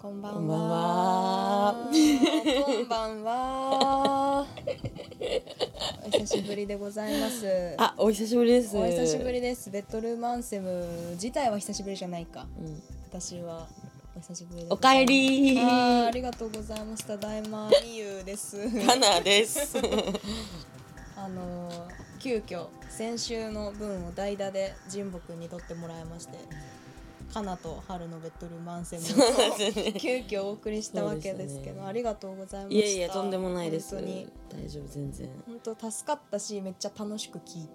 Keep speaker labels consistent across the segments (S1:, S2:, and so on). S1: こんばんは。
S2: こんばんは
S1: こんばんは。 お久しぶりでございます。
S2: あ、お久しぶりです。
S1: お久しぶりです。ベッドルームアンセム自体は久しぶりじゃないか。
S2: うん。
S1: 私はお久しぶりでご
S2: お
S1: ざ
S2: か
S1: い
S2: え
S1: ます。
S2: り。
S1: あーあ
S2: か
S1: りがとうございます。ただいまみゆです。
S2: な です。
S1: あのー急遽先週の分を代打で神保くんに取ってもらいまして。かなと春のベッドルームアンセムを急遽お送りしたわけですけ
S2: そうでし
S1: ど、
S2: たね
S1: ありがとうございました
S2: いやいや、とんでもないです。
S1: 本当に
S2: 大丈夫、全然。
S1: 本当助かったしめっちゃ楽しく聞い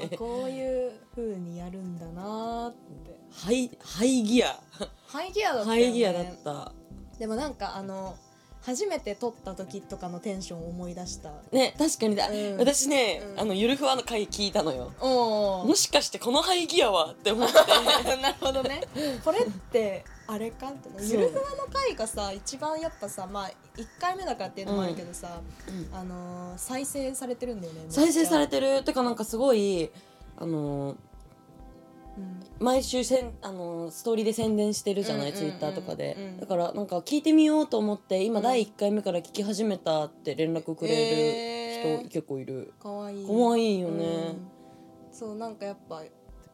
S1: たあこういう風にやるんだなーって
S2: ハイ、ハイギア。
S1: ハイギアだった
S2: ハ
S1: よね
S2: イギアだった。
S1: でもなんかあの初めて撮った時とかのテンションを思い出した
S2: ね、確かにだ
S1: うん。
S2: 私ね
S1: う、ん
S2: あのゆるふわの回聞いたのよ。
S1: お
S2: も
S1: ー
S2: しかしてこのハイギアはって 思って。
S1: なるほどねこれってあれかって
S2: そう
S1: ゆるふわの回がさ一番やっぱさまあ1回目だからっていうのもあるけどさ、
S2: うん
S1: あのー再生されてるんだよねめっちゃ
S2: 再生されてる。てかなんかすごいあの
S1: うん
S2: 毎週せんあのストーリーで宣伝してるじゃな
S1: う
S2: い
S1: んうんう
S2: ツ
S1: ん
S2: イ
S1: うん
S2: ッターとかで、
S1: うん
S2: だからなんか聞いてみようと思って今
S1: うん
S2: 第1回目から聞き始めたって連絡くれる
S1: えー
S2: 人結構いる
S1: かわいい
S2: 可愛、いいよね、
S1: うんそうなんかやっぱ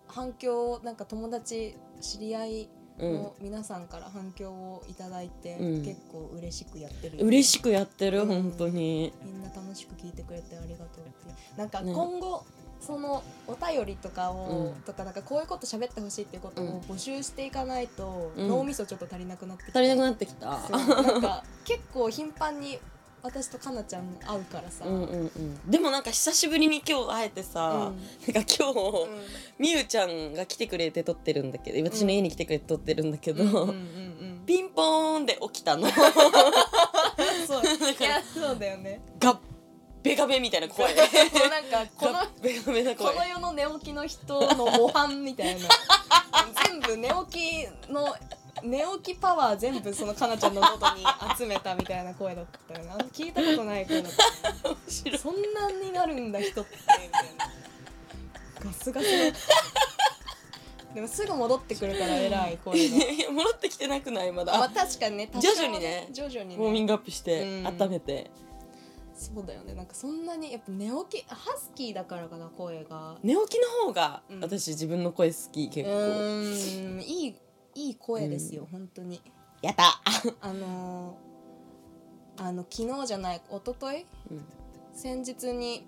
S1: 反響をなんか友達知り合い
S2: うん
S1: の皆さんから反響をいただいて、
S2: うん
S1: 結構嬉しくやってる
S2: 嬉
S1: し
S2: しくやってる、
S1: うん
S2: 本当に
S1: みんな楽しく聞いてくれてありがとうっていうなんか
S2: ね
S1: 今後、そのお便りとかを、
S2: うん
S1: とかなんかこういうこと喋ってほしいっていうこと
S2: うん
S1: を募集していかないと、
S2: うん
S1: 脳みそちょっと足りなくなってき
S2: 足りなくなってきた
S1: そうなんか結構頻繁に私とかなちゃん会うからさ、
S2: うんうんうんでもなんか久しぶりに今日会えてさ、
S1: うん
S2: なんか今日、
S1: うん
S2: みゆちゃんが来てくれて撮ってるんだけど私の家に来てくれて撮ってるんだけど、
S1: うんうんうん
S2: ピンポーンで起きた の
S1: そういやそうだよね。
S2: ガッベガベみたいな声
S1: もう なんかこの
S2: ガッベガベな
S1: こ
S2: 声
S1: の世の寝起きの人の模範みたいな全部寝起きの寝起きパワー全部そのかなちゃんの元に集めたみたいな声だったよな聞いたことない声だった
S2: 面白い
S1: そんなになるんだ人ってみたいなガスガスのでもすぐ戻ってくるから偉い声が。
S2: いや戻ってきてなくないまだ、
S1: まあ確かにね多少
S2: 徐々にね
S1: 徐々に
S2: ウォーミン
S1: ね
S2: グアップして、
S1: うん
S2: 温めて
S1: そうだよねなんかそんなにやっぱ寝起きハスキーだからかな声が
S2: 寝起きの方が、
S1: うん
S2: 私自分の声好き結
S1: う
S2: 構
S1: ーんいいいい声ですよ、本当に
S2: やった、
S1: あのーあの昨日じゃない一昨日
S2: うん
S1: 先日に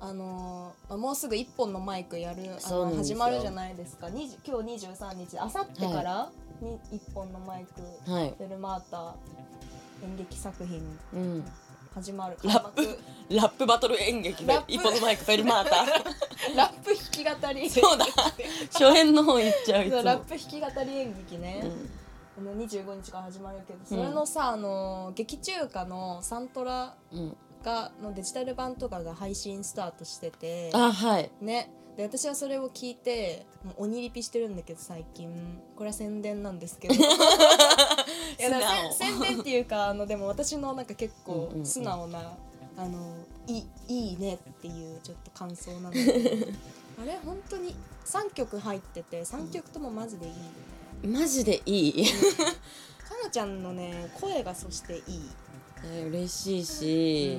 S1: あのーまあもうすぐ一本のマイクやるあ
S2: そうな
S1: の
S2: んです
S1: 始
S2: よ
S1: まるじゃないですか20今日23日あさってからに一本のマイク
S2: はい、
S1: フェルマータ演劇作品
S2: うん、
S1: 始まる
S2: ラップ
S1: 開幕
S2: ラップバトル演劇で
S1: ラップ
S2: 一本のマイクフェルマー タ
S1: ラップ弾き語り
S2: そうだ初演の方行っちゃういつ
S1: そう
S2: も
S1: ラップ弾き語り演劇ね、
S2: うん
S1: あの25日から始まるけど、それのさあの劇中歌のサントラ
S2: うん、
S1: がのデジタル版とかが配信スタートしてて
S2: あはい
S1: ねで私はそれを聞いてもう鬼リピしてるんだけど最近これは宣伝なんですけ どいやだからせ宣伝っていうかあのでも私のなんか結構
S2: うんうんうん
S1: 素直な、あのいいいいねっていうちょっと感想 なのであれ本当に3曲入ってて3曲ともマジでいいよね。
S2: マジでいい
S1: かなちゃんのね声がそしていい、
S2: え 嬉しいし、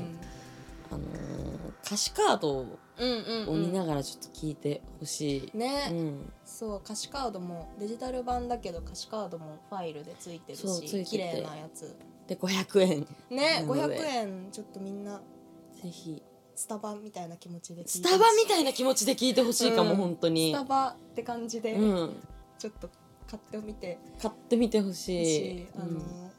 S2: あのー歌詞カードを
S1: うん、うんうん
S2: 見ながらちょっと聞いてほしい、
S1: ね、
S2: うん、
S1: そう歌詞カードもデジタル版だけど歌詞カードもファイルでついてる
S2: そうついて
S1: して綺麗なやつ
S2: で500円
S1: ね
S2: なの
S1: 500
S2: で
S1: 円ちょっとみんな
S2: ぜひ
S1: スタバみたいな気持ちで
S2: スタバみ
S1: い
S2: たいな気持ちで聞いてほしいかも、
S1: うん
S2: 本当
S1: ス
S2: に
S1: タ、バって感じで
S2: うん、
S1: ちょっと買ってみて
S2: 買ってみてほし
S1: ほしい、
S2: い、
S1: あ
S2: う
S1: の
S2: ん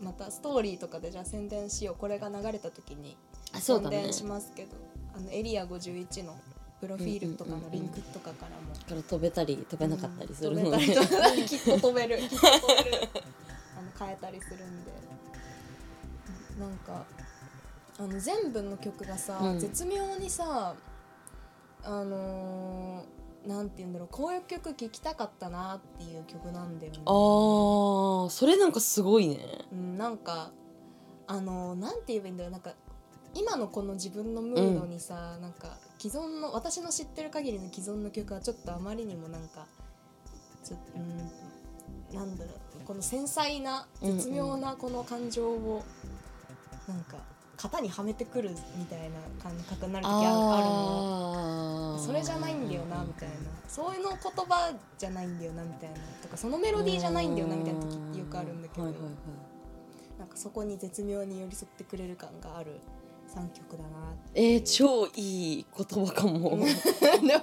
S1: またストーリーとかでじゃあ宣伝しようこれが流れた時に
S2: あそう
S1: 宣
S2: だね
S1: 伝しますけど、あのエリア51のプロフィールとかのリンクとかからも
S2: だから飛べたり飛べなかったりするの
S1: うん
S2: で、
S1: 飛べたり きっと飛べるきっと飛べるあの変えたりするんでなんかあの全部の曲がさ、
S2: うん
S1: 絶妙にさあのーなんて言うんだろうこういう曲聴きたかったなっていう曲なんだよね、
S2: あーそれなんかすごいね
S1: うん、なんかあのーなんて言えばいいんだろうなんか今のこの自分のムードにさ、なんか既存の私の知ってる限りの既存の曲はちょっとあまりにもなんかちょっとうんなんだろうこの繊細な絶妙なこの感情をなんか型にはめてくるみたいな感覚になる時あるの
S2: あー
S1: それじゃないんだよなみたいなそういうの言葉じゃないんだよなみたいなとかそのメロディーじゃないんだよなみたいな時ってよくあるんだけど、
S2: はいはいはい
S1: なんかそこに絶妙に寄り添ってくれる感がある3曲だなって
S2: えー、超いい言葉か
S1: で
S2: も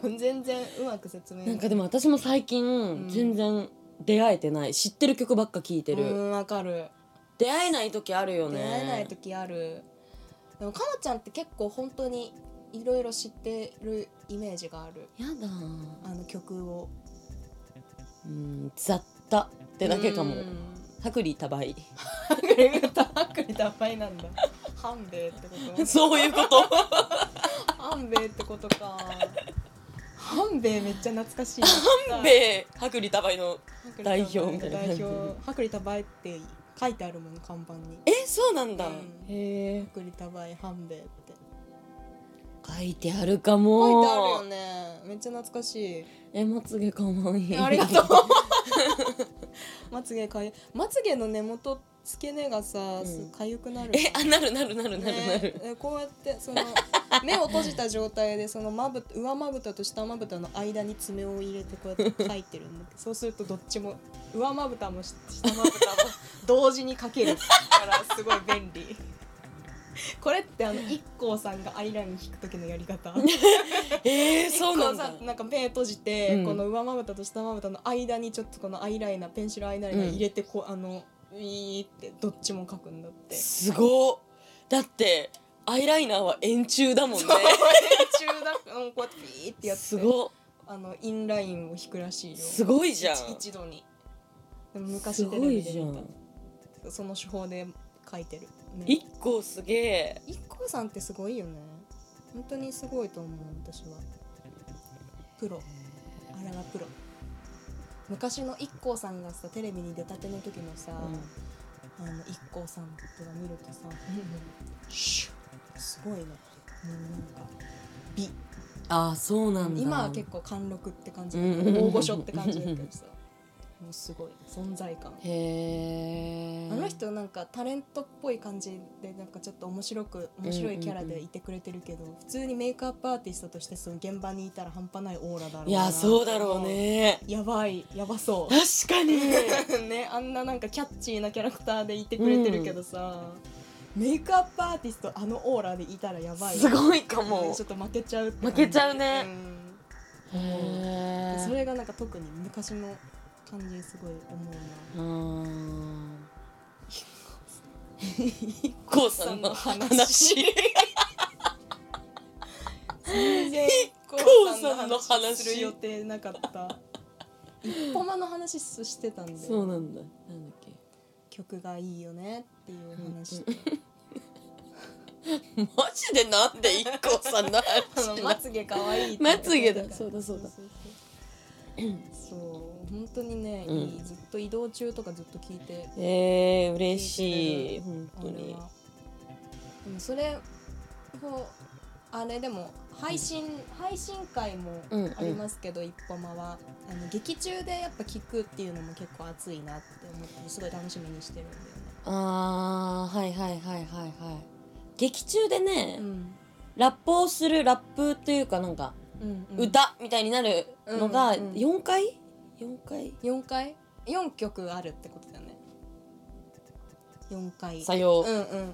S1: も全然うまく説明
S2: なんかでも私も最近
S1: ん
S2: 全然出会えてない知ってる曲ばっか聴いてる、
S1: うんわかる
S2: 出会えない時あるよね
S1: 出会えない時あるでもかなちゃんって結構本当にいろいろ知ってるイメージがある
S2: やだ
S1: あの曲を
S2: うん雑多ってだけかも
S1: うん
S2: 薄利多売
S1: ハングリータハングリータパイなんだ半兵衛って こ
S2: そういうこと
S1: と半兵衛ってことか半兵衛めっちゃ懐かしい
S2: 半兵衛薄利多売の代表みたいな
S1: 代表ハクリタバイって書いてあるもん看板に
S2: えそうなんだ、
S1: うん
S2: へえ
S1: ハクリタバイ半兵衛って
S2: 書いてあるか
S1: 書
S2: も
S1: いてあるよねめっちゃ懐かしい
S2: えまつげかわいい
S1: ありがとう。まつげかゆまつげの根元付け根がさ、
S2: ん
S1: かゆくなる。
S2: えあなるなるなるなるなる、
S1: ねえこうやってその 目を閉じた状態でそのまぶ上まぶたと下まぶたの間に爪を入れてこうやって描いてるんだ けどそうするとどっちも上まぶたも下まぶたも同時に描けるからすごい便利。これってあの IKKO さんがアイライン引く時のやり方
S2: えー、そうなん
S1: IKKO さ
S2: だ
S1: んなんか目閉じて、
S2: うん
S1: この上まぶたと下まぶたの間にちょっとこのアイライナーペンシルアイライナー入れてこう、あのウィーってどっちも描くんだって
S2: すごっだってアイライナーは円柱だもんね
S1: 中だもうこうやってピーってやって
S2: すごっ
S1: あのインラインを引くらしいよ
S2: すごいじゃん
S1: 一一度にでも
S2: す
S1: 昔テ
S2: ご
S1: レビ
S2: い
S1: で
S2: じゃ
S1: 見
S2: ん
S1: たその手法で描いてる、ね、
S2: 一個すげえ
S1: IKKO さんってすごいよね本当にすごいと思う私はプロあれはプロ昔の IKKO さんがさテレビに出たての時のさ、あの IKKO さんとか見るとさシュッすごいねもうなんか美
S2: ああそうなんだ
S1: 今は結構貫禄って感じ
S2: うんうんうん
S1: 大御所って感じだけどさもうすごい存在感
S2: へえ
S1: あの人なんかタレントっぽい感じでなんかちょっと面白く面白いキャラでいてくれてるけど、普通にメイクアップアーティストとしてその現場にいたら半端ないオーラだろう
S2: いやそうだろうね
S1: やばいやばそ
S2: 確かに
S1: うねあんななんかキャッチーなキャラクターでいてくれてるけどさ、メイクアップアーティストあのオーラでいたらやばい
S2: すごいか
S1: ね
S2: も
S1: ちょっと負けちゃうって感
S2: 負
S1: じ
S2: けちゃうね
S1: ん
S2: へえ
S1: それがなんか特に昔の感じすごい思うな
S2: あー IKKO さんの話
S1: 全然
S2: IKKO さんの話
S1: する予定なかった一歩間の話してたんで
S2: そうなんだなんだっ
S1: 曲がいいよねっていう話と
S2: けマジでなんで IKKO さんの
S1: あの
S2: 話
S1: まつげかわいいって
S2: まつげだそうだそうだ
S1: そうそうそう本当にね、
S2: うん
S1: いいずっと移動中とかずっと聞いて
S2: えー、嬉しい本当に
S1: 俺はでもそれをあれでも配信配信会も
S2: うんうん
S1: ありますけど、一歩間はあの劇中でやっぱ聞くっていうのも結構熱いなって思ってすごい楽しみにしてるんだよね。
S2: あーはいはいはいはいはい劇中でね、
S1: うん
S2: ラップをするラップというかなんか
S1: うんうん、
S2: 歌みたいになるのが
S1: うんうん
S2: 4回、?4 回
S1: 4回4曲あるってことだよね4回
S2: さよ
S1: う
S2: う、
S1: んうんうんうん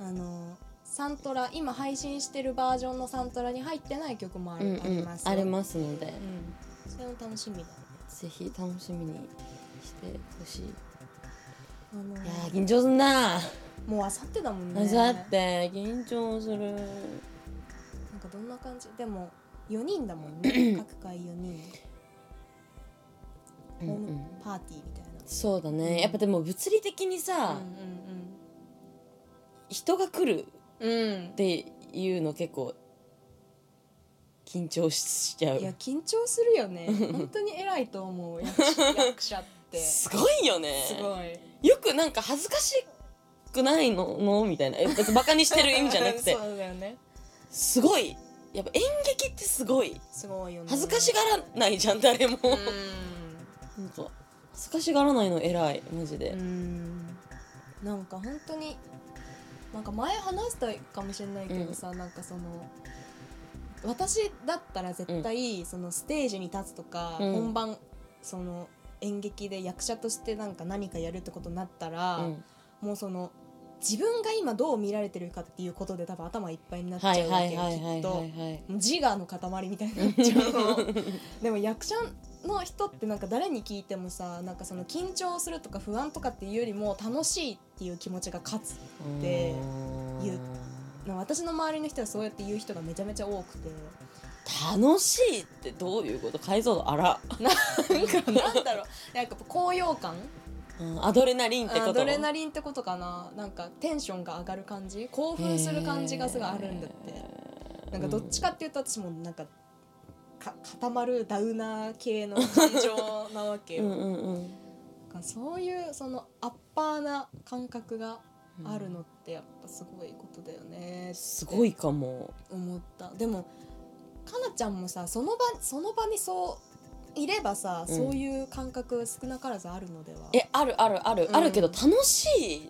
S1: うんあのサントラ今配信してるバージョンのサントラに入ってない曲もある、
S2: うんうん
S1: ありますよ
S2: ありますので、
S1: うん、それも楽しみだね
S2: ぜひ楽しみにしてほしい。い
S1: あの
S2: やー緊張すんな。
S1: もうあさってだもんね
S2: あさって緊張する。
S1: なんかどんな感じでも4人だもんね 各回4人
S2: う
S1: ホ
S2: んう
S1: ーム
S2: ん、
S1: パーティーみたいな、
S2: そうだね。やっぱでも物理的にさ、人が来る
S1: うんうんうん
S2: っていうの結構緊張しちゃ
S1: いや
S2: う。
S1: 緊張するよね本当に偉いと思う役者役者ってす
S2: すごいよね。
S1: ごい
S2: よくなんか恥ずかしくないののみたいな。え別にバカにしてる意味じゃなく て
S1: そ、うだよね
S2: すごい。やっぱ演劇ってすごい。
S1: すごいよね
S2: 恥ずかしがらないじゃん誰も。
S1: うん
S2: なんか恥ずかしがらないの偉いマジで、
S1: うんなんか本当になんか前話したかもしれないけどさ、なんかその私だったら絶対そのステージに立つとか、
S2: うん
S1: 本番その演劇で役者としてなんか何かやるってことになったら、
S2: うん
S1: もうその自分が今どう見られてるかっていうことで多分頭いっぱいになっちゃ
S2: はいう
S1: わ
S2: は
S1: け
S2: い
S1: よ
S2: はいはい
S1: きっ
S2: は
S1: と
S2: いはい
S1: もう自我の塊みたいになっちゃうのでも役者の人ってなんか誰に聞いてもさなんかその緊張するとか不安とかっていうよりも楽しいっていう気持ちが勝つで言うなんか私の周りの人はそうやって言う人がめちゃめちゃ多くて
S2: 楽しいってどういうこと解像度あら、
S1: なんかなんだろうなんか高揚感
S2: うんアドレナリンってこと
S1: アドレナリンってことかななんかテンションが上がる感じ興奮する感じがすごいあるんだって
S2: て
S1: なんかどっちかっていうと私もなんかか固まるダウナー系の感情なわけ
S2: う
S1: よ
S2: んうんうん
S1: なんかそういうそのアッパーな感覚があるのってやっぱすごいことだよね
S2: すごいかも
S1: 思ったでもかなちゃんもさその場その場にそういればさ、
S2: うん
S1: そういう感覚少なからずあるのでは
S2: えあるあるある、
S1: うん
S2: あるけど楽しい
S1: ち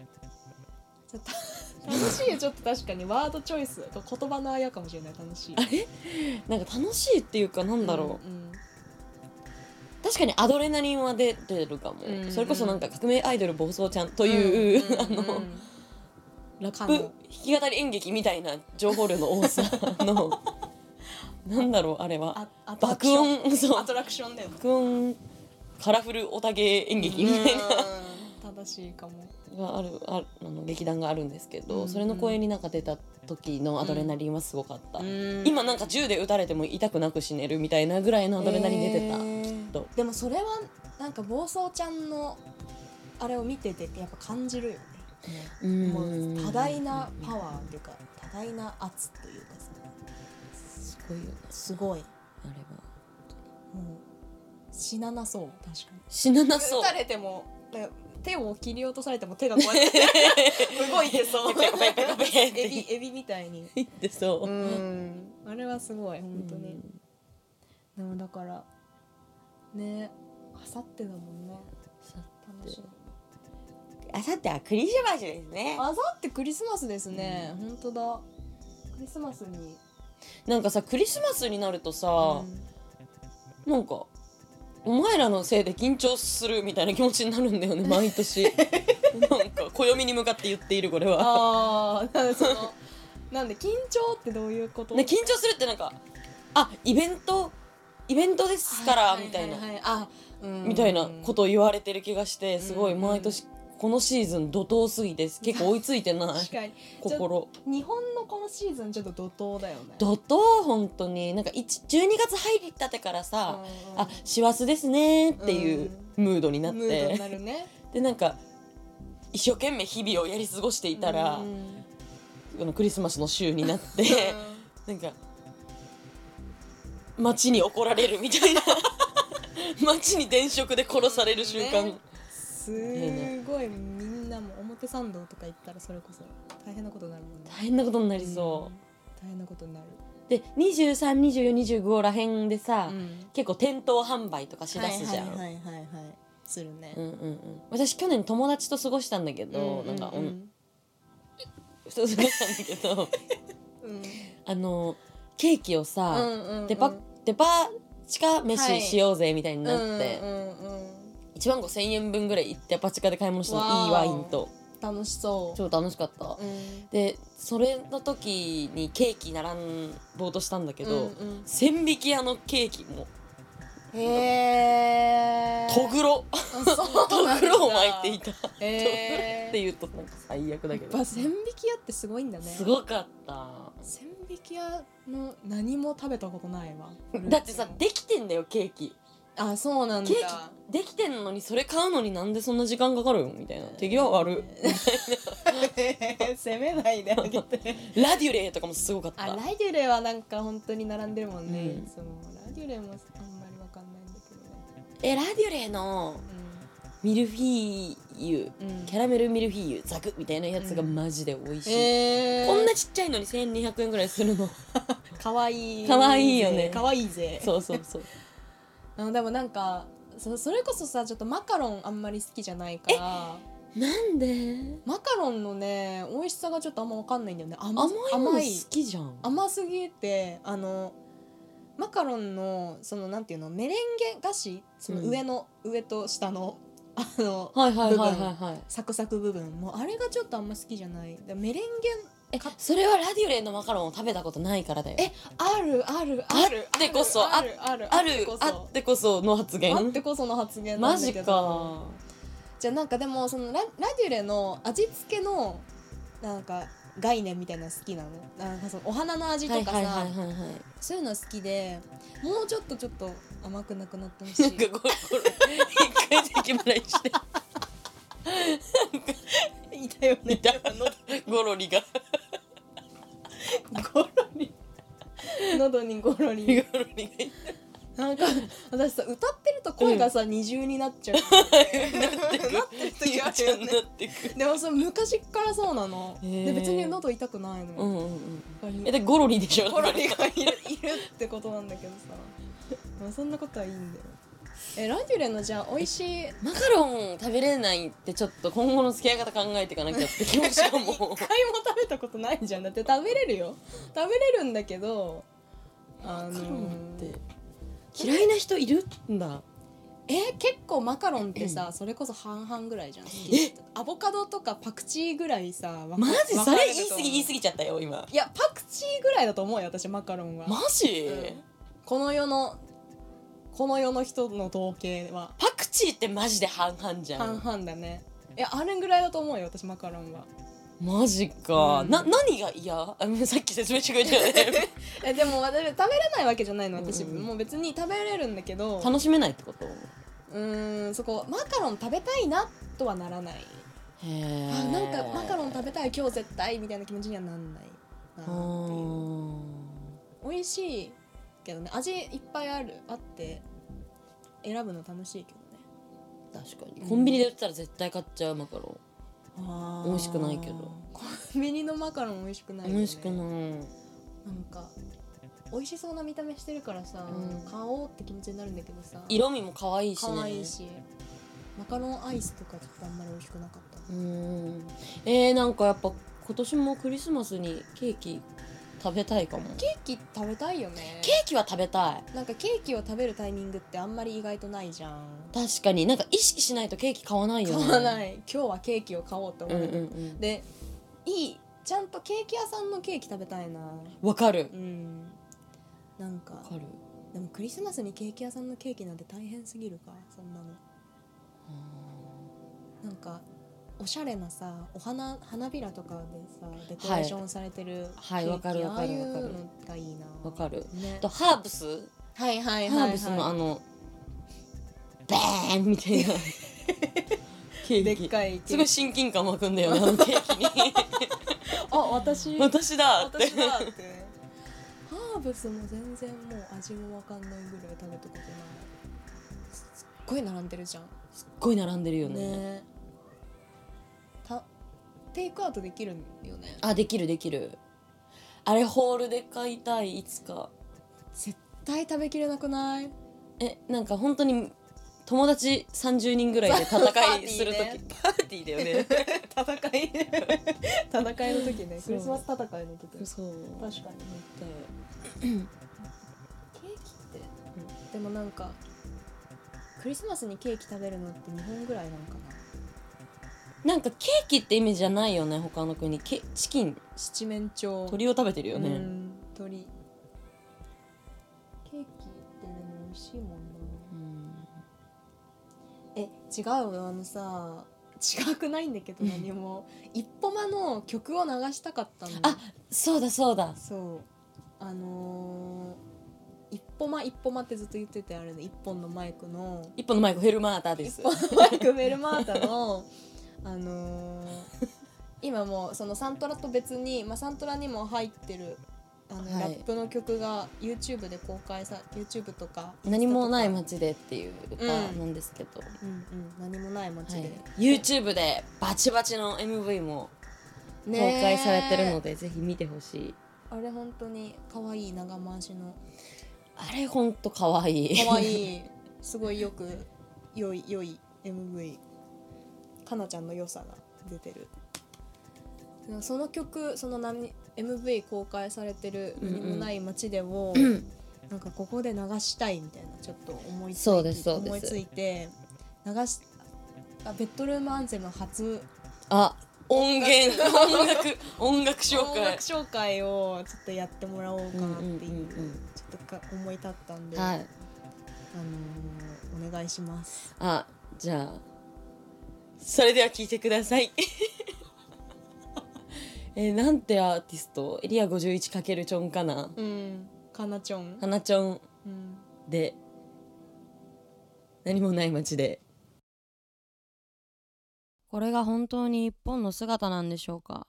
S1: ょっと楽しいよちょっと確かにワードチョイス言葉のあやかもしれない楽しい
S2: あれなんか楽しいっていうかなんだろう、
S1: うん
S2: 確かにアドレナリンは出てるかも、
S1: うんうん
S2: それこそなんか革命アイドル暴走ちゃんと
S1: と
S2: いう、あの、
S1: ラ
S2: ラップ弾き語り演劇みたいな情報量の多さ のなんだろうあれは爆音そう
S1: アトラクションだ よ
S2: 爆音カラフルオタゲ演劇みたいな
S1: うん正しいかも
S2: があるあるあの劇団があるんですけど、
S1: うんうん
S2: それの公演になんか出た時のアドレナリンはすごかった、今
S1: 今
S2: なんか銃で撃たれても痛くなく死ねるみたいなぐらいのアドレナリン出てた、と
S1: でもそれはなんか暴走ちゃんのあれを見ててやっぱ感じるよね
S2: うん
S1: もう多大なパワーっていうか多大な圧というかさ
S2: すごいよね
S1: すごいもう
S2: あれは
S1: 死ななそう確かに
S2: 死ななそう
S1: 撃たれてもね手を切り落とされても手がこうやって 動いてそう
S2: ペコペコペコペコって
S1: エビエビみたいに
S2: でそう、
S1: んあれはすごい本当に、でもだからねあさってだもんね楽しみ
S2: あさってはクリシュバシですね
S1: あさってクリスマスですね、本当だクリスマスに
S2: なんかさクリスマスになると
S1: あ
S2: さ、なんかお前らのせいで緊張するみたいな気持ちになるんだよね 毎年なんか暦に向かって言っているこれは
S1: あー なんかそのなんで緊張ってどういうこと
S2: ね緊張するってなんかあイベントイベントですからみたいな
S1: はははあ、うん
S2: みたいなことを言われてる気がしてすごい毎年このシーズン怒涛すぎです結構追いついてな
S1: 確
S2: い
S1: かに ちょ
S2: 心
S1: 日本のこのシーズンちょっと怒涛だよね
S2: 怒涛本当になんか一12月入りたてからさ、
S1: うんうん
S2: あ師走ですねっていううムードになっ
S1: ムード
S2: て
S1: に、なるね
S2: でなんか一生懸命日々をやり過ごしていたら、
S1: うん
S2: このクリスマスの週になって、 なんか街に怒られるみたい な街に電飾で殺される瞬間、
S1: ねすごいみんなも表参道とか行ったらそれこそ大変なことになるもんね、
S2: 大変なことになりそう
S1: ん大変なことになる、
S2: う、で232425らへんでさ、
S1: ん、
S2: 結構店頭販売とかしだすじゃん、
S1: はいはいはいはい、はい、するね
S2: うんうんうん、私去年友達と過ごしたんだけど、なんかおんそう過ごしたんだけ ど
S1: うん
S2: あのケーキをさ、
S1: うんうん
S2: デパデパ地下
S1: は
S2: 飯
S1: い
S2: しようぜみたいになって、
S1: うんうんうん
S2: 1万5000円分ぐらい行ってデパ地下で買い物したのいい
S1: わー
S2: ワインと
S1: 楽しそう
S2: 超楽しかった、
S1: うん
S2: でそれの時にケーキ並ぼうとしたんだけど、
S1: うんうん
S2: 千匹屋のケーキも
S1: へー
S2: ト グロ
S1: あそう
S2: ト
S1: なんだ
S2: グロを巻いていた、
S1: へー
S2: トグロって言うとなんか最悪だけ
S1: やっ
S2: ど
S1: ぱ千匹屋ってすごいんだね
S2: すごかった
S1: 千匹屋の何も食べたことないわ
S2: だってさできてんだよケーキ
S1: あそうなんだ
S2: ケーできてんのにそれ買うのになんでそんな時間かかるみたいな手際悪
S1: 攻めないであげ て
S2: いラデュレーとかもすごかった
S1: あラデュレはなんか本当に並んでるもんね、
S2: うん
S1: いつもラデュレもあんまりわかんないんだけどね
S2: えラデュレのミルフィーユ
S1: うん、うん
S2: キャラメルミルフィーユザクみたいなやつが
S1: うん
S2: マジで美味しい、
S1: えー、
S2: こんなちっちゃいのに1200円ぐらいす るの
S1: 可愛い
S2: 可愛いよね
S1: 可愛いぜ
S2: そうそうそう
S1: あのでもなんかそうそれこそさちょっとマカロンあんまり好きじゃないから
S2: なんで
S1: マカロンのね美味しさがちょっとあんま分かんないんだよね甘
S2: 甘いの
S1: 甘
S2: 好
S1: い
S2: きじゃん
S1: 甘すぎてあのマカロンのそのなんていうのメレンゲ菓子その
S2: うん
S1: 上の、上と下のあの
S2: はいはいはいはいはい
S1: サクサク部分もうあれがちょっとあんま好きじゃないだからメレンゲ
S2: えそれはラディオレンのマカロンを食べたことないからだよ
S1: えあるあるある
S2: あってこそ
S1: あるある
S2: ある
S1: こそ
S2: あってこその発言
S1: あってこその発言な
S2: マ
S1: んだけ
S2: ジ
S1: ど
S2: か
S1: じゃあなんかでもそのララデュレの味付けのなんか概念みたいなの好きなのなんかそのお花の味と
S2: はい
S1: かさ、
S2: はいはいはいはい
S1: そういうの好きでもうちょっとちょっと甘くなくなってほし
S2: なん
S1: い
S2: か これこれ一回咳 払いして
S1: いたよ
S2: みたいなゴロリが
S1: ゴロリ喉にゴロリ
S2: ゴロリがい
S1: なんか私さ歌ってると声がさ、二重になっちゃうなってる時あるよね
S2: なってく
S1: でもそれ昔からそうなの、
S2: へー
S1: で別に喉痛くないの
S2: う
S1: よ、
S2: んうんうん
S1: だから
S2: えでゴロリでしょ
S1: コロリがいるいるってことなんだけどさ、まあ、そんなことはいいんだよえラデュレのじゃあ美味しい
S2: マカロン食べれないってちょっと今後の付き合い方考えていかなきゃって気持ちがも
S1: 一回も食べたことないじゃんだって食べれるよ食べれるんだけどあの
S2: うマ
S1: ー
S2: カロンって嫌いな人いるんだ
S1: え結構マカロンってさそれこそ半々ぐらいじゃん好きな人アボカドとかパクチーぐらいさわか
S2: マジ
S1: わ
S2: そ
S1: か
S2: れ
S1: る
S2: 言
S1: と
S2: い過
S1: 思う
S2: ぎ言い過ぎちゃったよ今
S1: いやパクチーぐらいだと思うよ私マカロンは、
S2: マジ
S1: うんこの世のこの世の人の統計は
S2: パクチーってマジで半々じゃ
S1: 半
S2: ん
S1: 々だねいやあれぐらいだと思うよ私マカロンは
S2: マジか
S1: うん
S2: な何が嫌 あさっき説明してくれたよね
S1: えでも私食べれないわけじゃないの私、
S2: うんうん
S1: もう別に食べれるんだけど
S2: 楽しめないってことへ
S1: うーんそこマカロン食べたいなとはならない
S2: え
S1: あなんかマカロン食べたい今日絶対みたいな気持ちにはなんないなっていう美味しいけどね味いっぱいあるあって選ぶの楽しいけどね
S2: 確かにコンビニで売ってたら絶対買っちゃうマカロー美味しくないけど
S1: コンビニのマカロン美味しくないよ
S2: ン
S1: ね
S2: 美味しくない
S1: なんか美味しそうな見た目してるからさ、
S2: うん
S1: 買おうって気持ちになるんだけどさ
S2: 色味も可愛いしね
S1: 可愛いしマカロンアイスとかちょっとあんまり美味しくなかった
S2: うーんえー、なんかやっぱ今年もクリスマスにケーキ食べたいかもケ
S1: ケーキ食べたいよね
S2: ーキは食べたい
S1: なんかケーキを食べるタイミングってあんまり意外とないじゃん
S2: 確かになんか意識しないとケーキ買わない
S1: 買
S2: よね
S1: わ
S2: い
S1: ない今日はケーキを買おうと
S2: う
S1: 思
S2: ん
S1: う、
S2: うんうん
S1: でいいちゃんとケーキ屋さんのケーキ食べたいな
S2: わかる
S1: うんなんか
S2: わかる
S1: でもクリスマスにケーキ屋さんのケーキなんて大変すぎるかそんなのなんかおしゃれなさお花花びらとかでさデコレーションされてるケ
S2: はい
S1: ー
S2: わ
S1: キ、
S2: かるわ
S1: あ
S2: か
S1: あ
S2: る
S1: いう
S2: わかる
S1: のがいいな
S2: わかる
S1: ね
S2: あとハーブス
S1: はいはい
S2: ハ
S1: はい、
S2: ー
S1: は
S2: ブ
S1: い、
S2: スのあのバーンみ たいなケ
S1: で
S2: ー
S1: っ
S2: キ
S1: かいケ
S2: すご
S1: ー
S2: い
S1: キ
S2: 親近感湧くんだ よねあのケーキに
S1: あ私
S2: 私だって
S1: 私だってハーブスも全然もう味もわかんないぐらい食べたことないすすっごい並んでるじゃん
S2: すっごい並んでるよね
S1: ねたテイクアウトできるよね
S2: あできるできるあれホールで買いたいいつか
S1: 絶対食べきれなく ない
S2: えなんか本当に友達30人ぐらいで戦
S1: パーティーね
S2: いする時 パーティーだよね
S1: 戦い戦いの時ねク
S2: そう
S1: リスマス戦いの時
S2: そう
S1: 確かにケーキって、でもなんかクリスマスにケーキ食べるのって日本ぐらいなのかな
S2: なんかケーキってイメージじゃないよね他の国ケチキン
S1: 七面鳥
S2: 鳥を食べてるよね、
S1: うん鳥ケーキってでも美味しいもんな
S2: うん
S1: え違うよあのさ違くないんだけど何も一歩間の曲を流したかったの
S2: あそうだそうだ
S1: そうあのー一歩間一歩間ってずっと言っててあれの一本のマイクの
S2: 一本のマイクフェルマータです
S1: 一本のマイクベルマータのあのー今もうそのサントラと別に、まあ、サントラにも入ってるあの、
S2: はい
S1: ラップの曲が YouTube で公開さ YouTube とか
S2: 何もない
S1: 街、
S2: 街でっていう歌なんですけど、
S1: うんうん、何もない街
S2: は
S1: で、
S2: い、YouTube でバチバチの MV も公
S1: ねえ
S2: 開されてるので、ぜひ見てほしい
S1: あれ本当に可愛い長回しの
S2: あれほんとかわいい
S1: 可愛い すごいよく良い良い MV かなちゃんの良さが出てるでもその曲その何 MV 公開されてる
S3: うんうん
S1: 何もない街でも、
S3: うん
S1: なんかここで流したいみたいなちょっと思いつい
S3: そうですそうです
S1: 思いついて流しあベッドルームアンセム初
S3: あ音源音楽音楽紹
S1: 音
S3: 介
S1: 楽紹介をちょっとやってもらおうかなっていう,、
S3: うんうんうんうん
S1: ちょっとか思い立ったんで、
S3: は
S1: あ
S3: い
S1: のーお願いします
S3: あじゃあそれでは聞いてください えーなんてアーティストエリア 51× チョンかな
S1: うんかなちょん、
S3: 花チョン
S1: うん、
S3: で何もない街でこれが本当に一本の姿なんでしょうか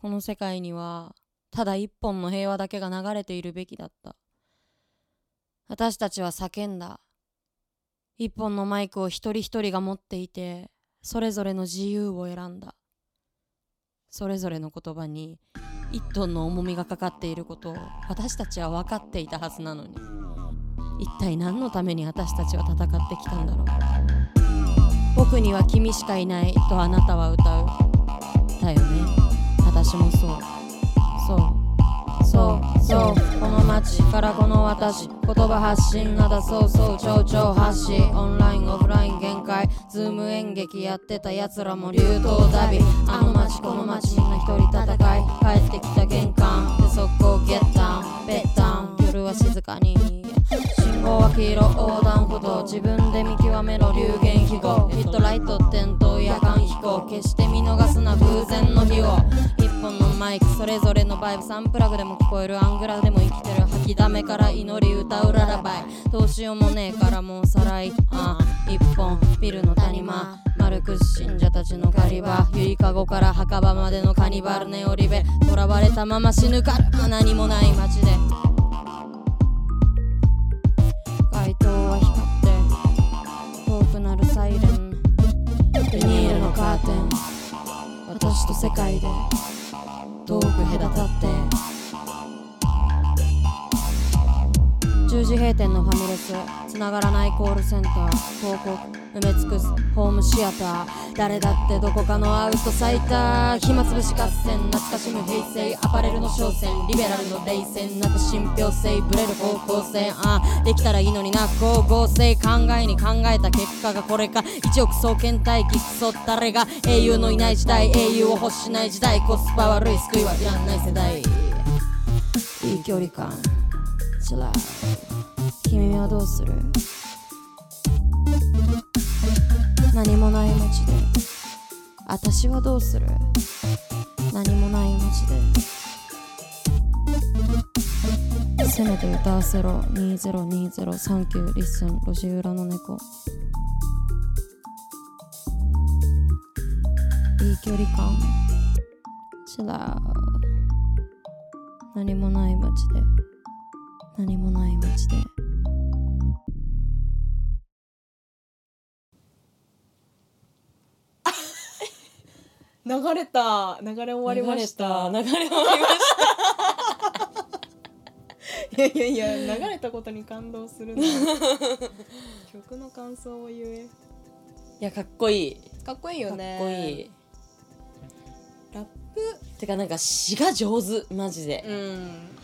S3: この世界にはただ一本の平和だけが流れているべきだった私たちは叫んだ一本のマイクを一人一人が持っていてそれぞれの自由を選んだそれぞれの言葉に一トンの重みがかかっていることを私たちは分かっていたはずなのに一体何のために私たちは戦ってきたんだろう僕には君しかいないとあなたは歌うだよね私もそうそうそうそうこの街からこの私言葉発信あだそうそう超々発信オンラインオフライン限界ズーム演劇やってた奴らも流動旅あの街この街みんな一人戦い帰ってきた玄関で速攻ゲッタンベッタン夜は静かに信号は黄色横断歩道自分で見極めろ流言飛語ヘッドライト点灯夜間飛行決して見逃すな偶然の日を一本のマイクそれぞれのバイブサンプラグでも聞こえるアングラでも生きてる吐きだめから祈り歌うララバイどうしようもねえからもうさらいああ一本ビルの谷間丸く信者たちの狩り場ゆりかごから墓場までのカニバルネオリベ囚われたまま死ぬから何もない街で街灯は光って遠くなるサイレンビニールのカーテン私と世界で遠く隔たって10時閉店のファミレスつながらないコールセンター広告埋め尽くすホームシアター誰だってどこかのアウトサイター暇つぶし合戦懐かしむ平成アパレルの商戦リベラルの冷戦なく信憑性ブレる方向性ああできたらいいのにな光合成考えに考えた結果がこれか一億総検体機クソ誰が英雄のいない時代英雄を欲しない時代コスパ悪い救いはいらない世代いい距離感チラ君はどうする何もない街で私はどうする何もない街でせめて歌わせろ2020サンキューリッスン路地裏の猫いい距離感チラ何もない街で何もない街で
S1: 流れた流れ終わりました
S3: 流れ終わりまし
S1: いやいや いや流れたことに感動す るな曲の感想を言え
S3: たいやかっこいい
S1: かっこいい
S3: か
S1: よ
S3: っ
S1: ね
S3: こいい
S1: ラッ
S3: てかなんか詩が上手マジで、
S1: プ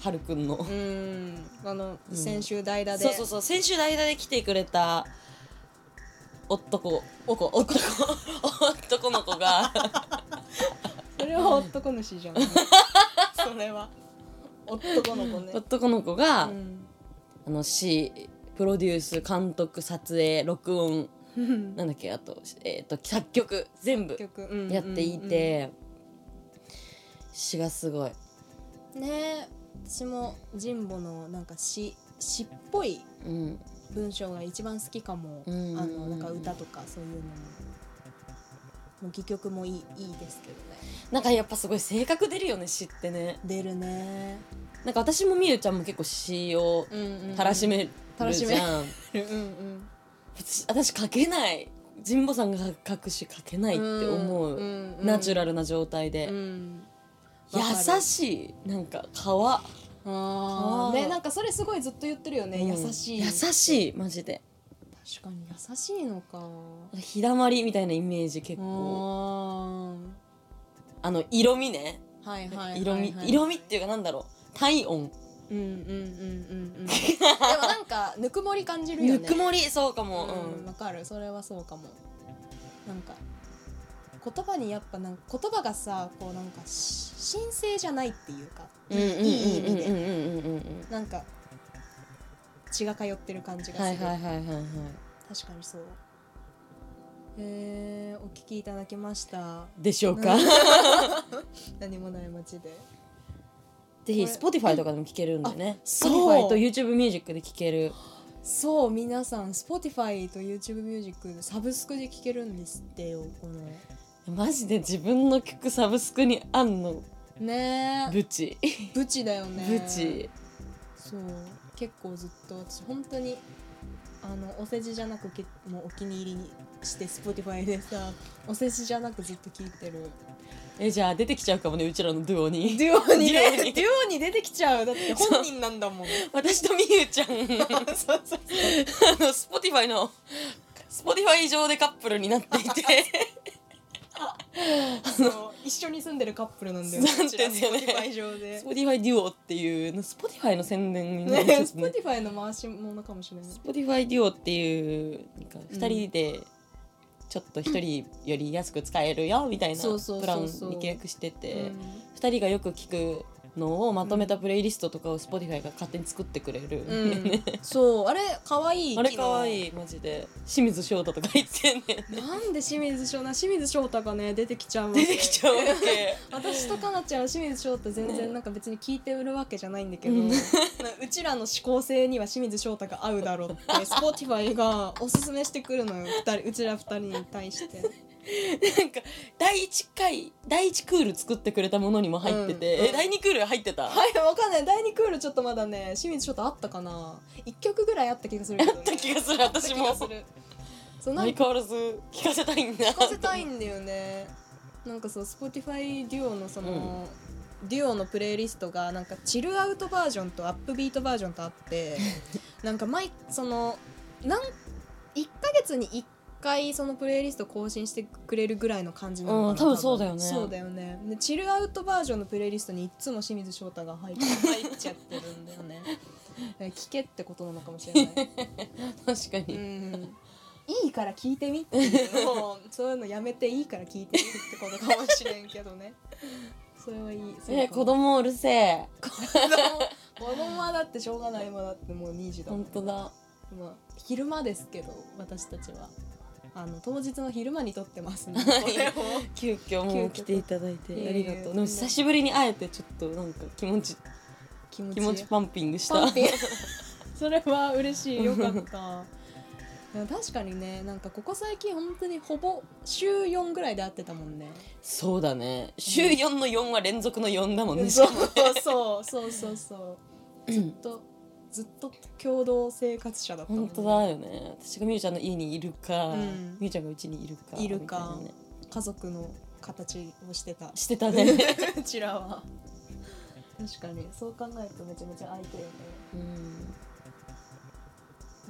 S3: はるくんの、
S1: うんうんあの、
S3: うん
S1: 先週代打で
S3: そうそうそう先週代打で来てくれた男おこ男男の 子が
S1: それは男主じゃん それは男の子ね
S3: 男の子が、
S1: うん
S3: あの詩プロデュース監督撮影録音 なんだっけあと,、えー、と作曲全部
S1: 曲うん
S3: やっていて、詩がすごい
S1: うんうんね私もジンボのなんか詩詩っぽい
S3: うん
S1: 文章が一番好きかも、
S3: うんうんうん
S1: あのなんか歌とかそういうのももう戯曲もいいいいですけどね
S3: なんかやっぱすごい性格出るよね詩ってね
S1: 出るね
S3: なんか私もみゆちゃんも結構詩を
S1: うんうんうん
S3: たらしめるじゃ
S1: たらしめ
S3: ん、
S1: うんうん
S3: 私私書けない神保さんが書く詩書けないって思う、
S1: んん
S3: ナチュラルな状態で、
S1: うん
S3: 優しいなんか皮
S1: ああ
S3: 皮
S1: ねなんかそれすごいずっと言ってるよね、
S3: うん
S1: 優しい
S3: 優しいマジで
S1: 確かに優しいのか
S2: 日だまりみたいなイメージ結
S1: あ
S2: 構
S1: ー
S2: あの色味ね
S1: はいはいはいはい
S2: 色味色味っていうかなんだろう体温
S1: うんうんうんうんうんでもなんかぬくもり感じるよ
S2: ぬ
S1: ね
S2: くもりそうかも
S1: うんわかるそれはそうかもなんか言葉にやっぱなんか言葉がさこうなんかし神聖じゃないっていうか
S2: うんうんうん
S1: いい意味
S2: うん
S1: で
S2: うんうんうんうん
S1: なんか血が通ってる感じがする、
S2: はいはいはいはいはい
S1: 確かにそうえー、お聞きいただきました
S2: でしょうかぜ
S1: 何もない街で
S2: ひ Spotify とかでも聴けるんでね
S1: あそう
S2: Spotify と YouTube ミュージックで聴ける
S1: そう皆さん Spotify と YouTube ミュージックサブスクで聴けるんですってよこの
S2: マジで自分の曲サブスクにあんの
S1: ねえ
S2: ブチ
S1: ブチだよね
S2: ブチ
S1: そう結構ずっと私本当にあのお世辞じゃなくけもうお気に入りにして Spotify でさお世辞じゃなくずっと聴いてる
S2: えじゃあ出てきちゃうかもねうちらのデュオに
S1: デュオに
S2: デュオ
S1: ね
S2: に
S1: デュオに出てきちゃうだって本人なんだもん
S2: 私とみゆちゃんあ
S1: そうそう
S2: の Spotify の Spotify 上でカップルになっていて
S1: そう一緒に住んでるカップルなんだよね
S2: なんて言うんだよね
S1: こちら Spotify 上で
S2: Spotify デュオっていうの Spotify の宣伝になるん
S1: ね
S2: ですね
S1: Spotify の回し物かもしれない
S2: Spotify デュオっていうなんか
S1: うん
S2: 2人でちょっと1人より安く使えるよみたいな
S1: そうそうそうそう
S2: プランに契約してて
S1: うん
S2: 2人がよく聞くのをまとめたプレイリストとかを Spotify が勝手に作ってくれる、
S1: うん、そうあれ可愛い
S2: あれかわ
S1: い
S2: いいマジで清水翔太とか言ってんねんね
S1: なんで清水翔な清水翔太がね出てきちゃうわけ
S2: 出てきちゃうわけ
S1: 私とかなちゃんは清水翔太全然なんか別に聞いてるわけじゃないんだけど、
S2: うん
S1: なうちらの指向性には清水翔太が合うだろう って Spotify がおすすめしてくるのよ二人うちら二人に対して
S2: なんか 第1回第1クール作ってくれたものにも入ってて、
S1: うんうん
S2: え第2クール入ってた、
S1: はいわかんない第2クールちょっとまだね清水翔太あったかな1曲ぐらいあった気がするけど、ね、あった
S2: 気がする私も
S1: た気がするそうなん
S2: 相
S1: か
S2: 変わらず聞かせたいんだ
S1: 聞かせたいんだよねなんかそう Spotify デュオのその、デュオのプレイリストがなんかチルアウトバージョンとアップビートバージョンとあって なんか毎そのなん1ヶ月に1回そのプレイリスト更新してくれるぐらいの感じなのかな、
S2: うん多分そうだよね
S1: そうだよねでチルアウトバージョンのプレイリストにいっつも清水翔太が入っ入っちゃってるんだよ ねえ聞けってことなのかもしれない
S2: 確か
S1: う
S2: に、
S1: んいいから聞いてみって いうのをそういうのやめていいから聞いてみってことかもしれんけどねそれはいい
S2: え
S1: 供
S2: 子供うるせえ
S1: 子供はだってしょうがない今だってもう2時だもん
S2: 本当だ
S1: まあ昼間ですけど私たちはあの当日の昼間に撮ってます ね
S2: 急遽もう来ていただい
S1: 急
S2: て
S1: 遽
S2: ありがと
S1: い
S2: う、
S1: えいえ
S2: でも久しぶりに会えてちょっとなんか気持ち
S1: 気持
S2: 気持ちパンピングした
S1: パンピン それは嬉しいよかったいや確かにねなんかここ最近本当にほぼ週4ぐらいで会ってたもんね
S2: そうだね週4の4は連続の4だもんね、
S1: そうそうそうそうそうずっとずっと共同生活者だったもん
S2: 本当だよね私がみゆちゃんの家にいるか、
S1: うん
S2: みゆちゃんがうちにいるか
S1: いるか
S2: みたいなね
S1: 家族の形をしてた
S2: してたね、
S1: うちらは確かにそう考えるとめちゃめちゃ空いてるよね
S2: うん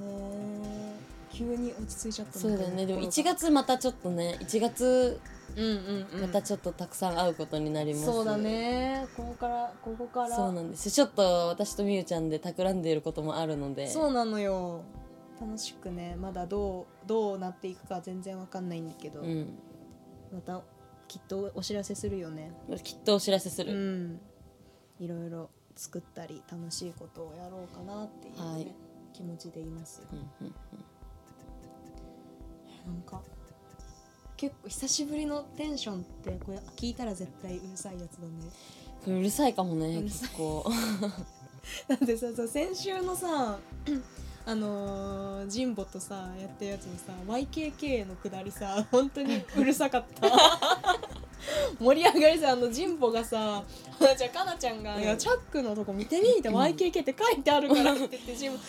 S1: へえ急に落ち着いちゃった
S2: そうだよねでも1
S1: 月
S2: 月またちょっとね1月
S1: うんうん、
S2: またちょっとたくさん会うことになります、
S1: そうだねここからここから
S2: そうなんですちょっと私とみゆちゃんで企んでいることもあるので
S1: そうなのよ楽しくねまだどうどうなっていくか全然わかんないんだけど、
S2: うん、
S1: またきっとお知らせするよね
S2: きっとお知らせす
S1: う
S2: る、
S1: ん、いろいろ作ったり楽しいことをやろうかなっていう、ね
S2: はい
S1: 気持ちでいますよ
S2: うんうん
S1: なんか結構久しぶりのテンションってこれ聞いたら絶対うるさいやつだね
S2: これうるさいかもね
S1: うるさ
S2: 結構
S1: だってささ先週のさあのー、ジンボとさやったやつのさ YKK のくだりさ本当にうるさかった 盛り上がりさあのジンボがさあじゃあかなちゃんが、いや「チャックのとこ見てみ」って「YKK って書いてあるから」 って言ってジンボ「おー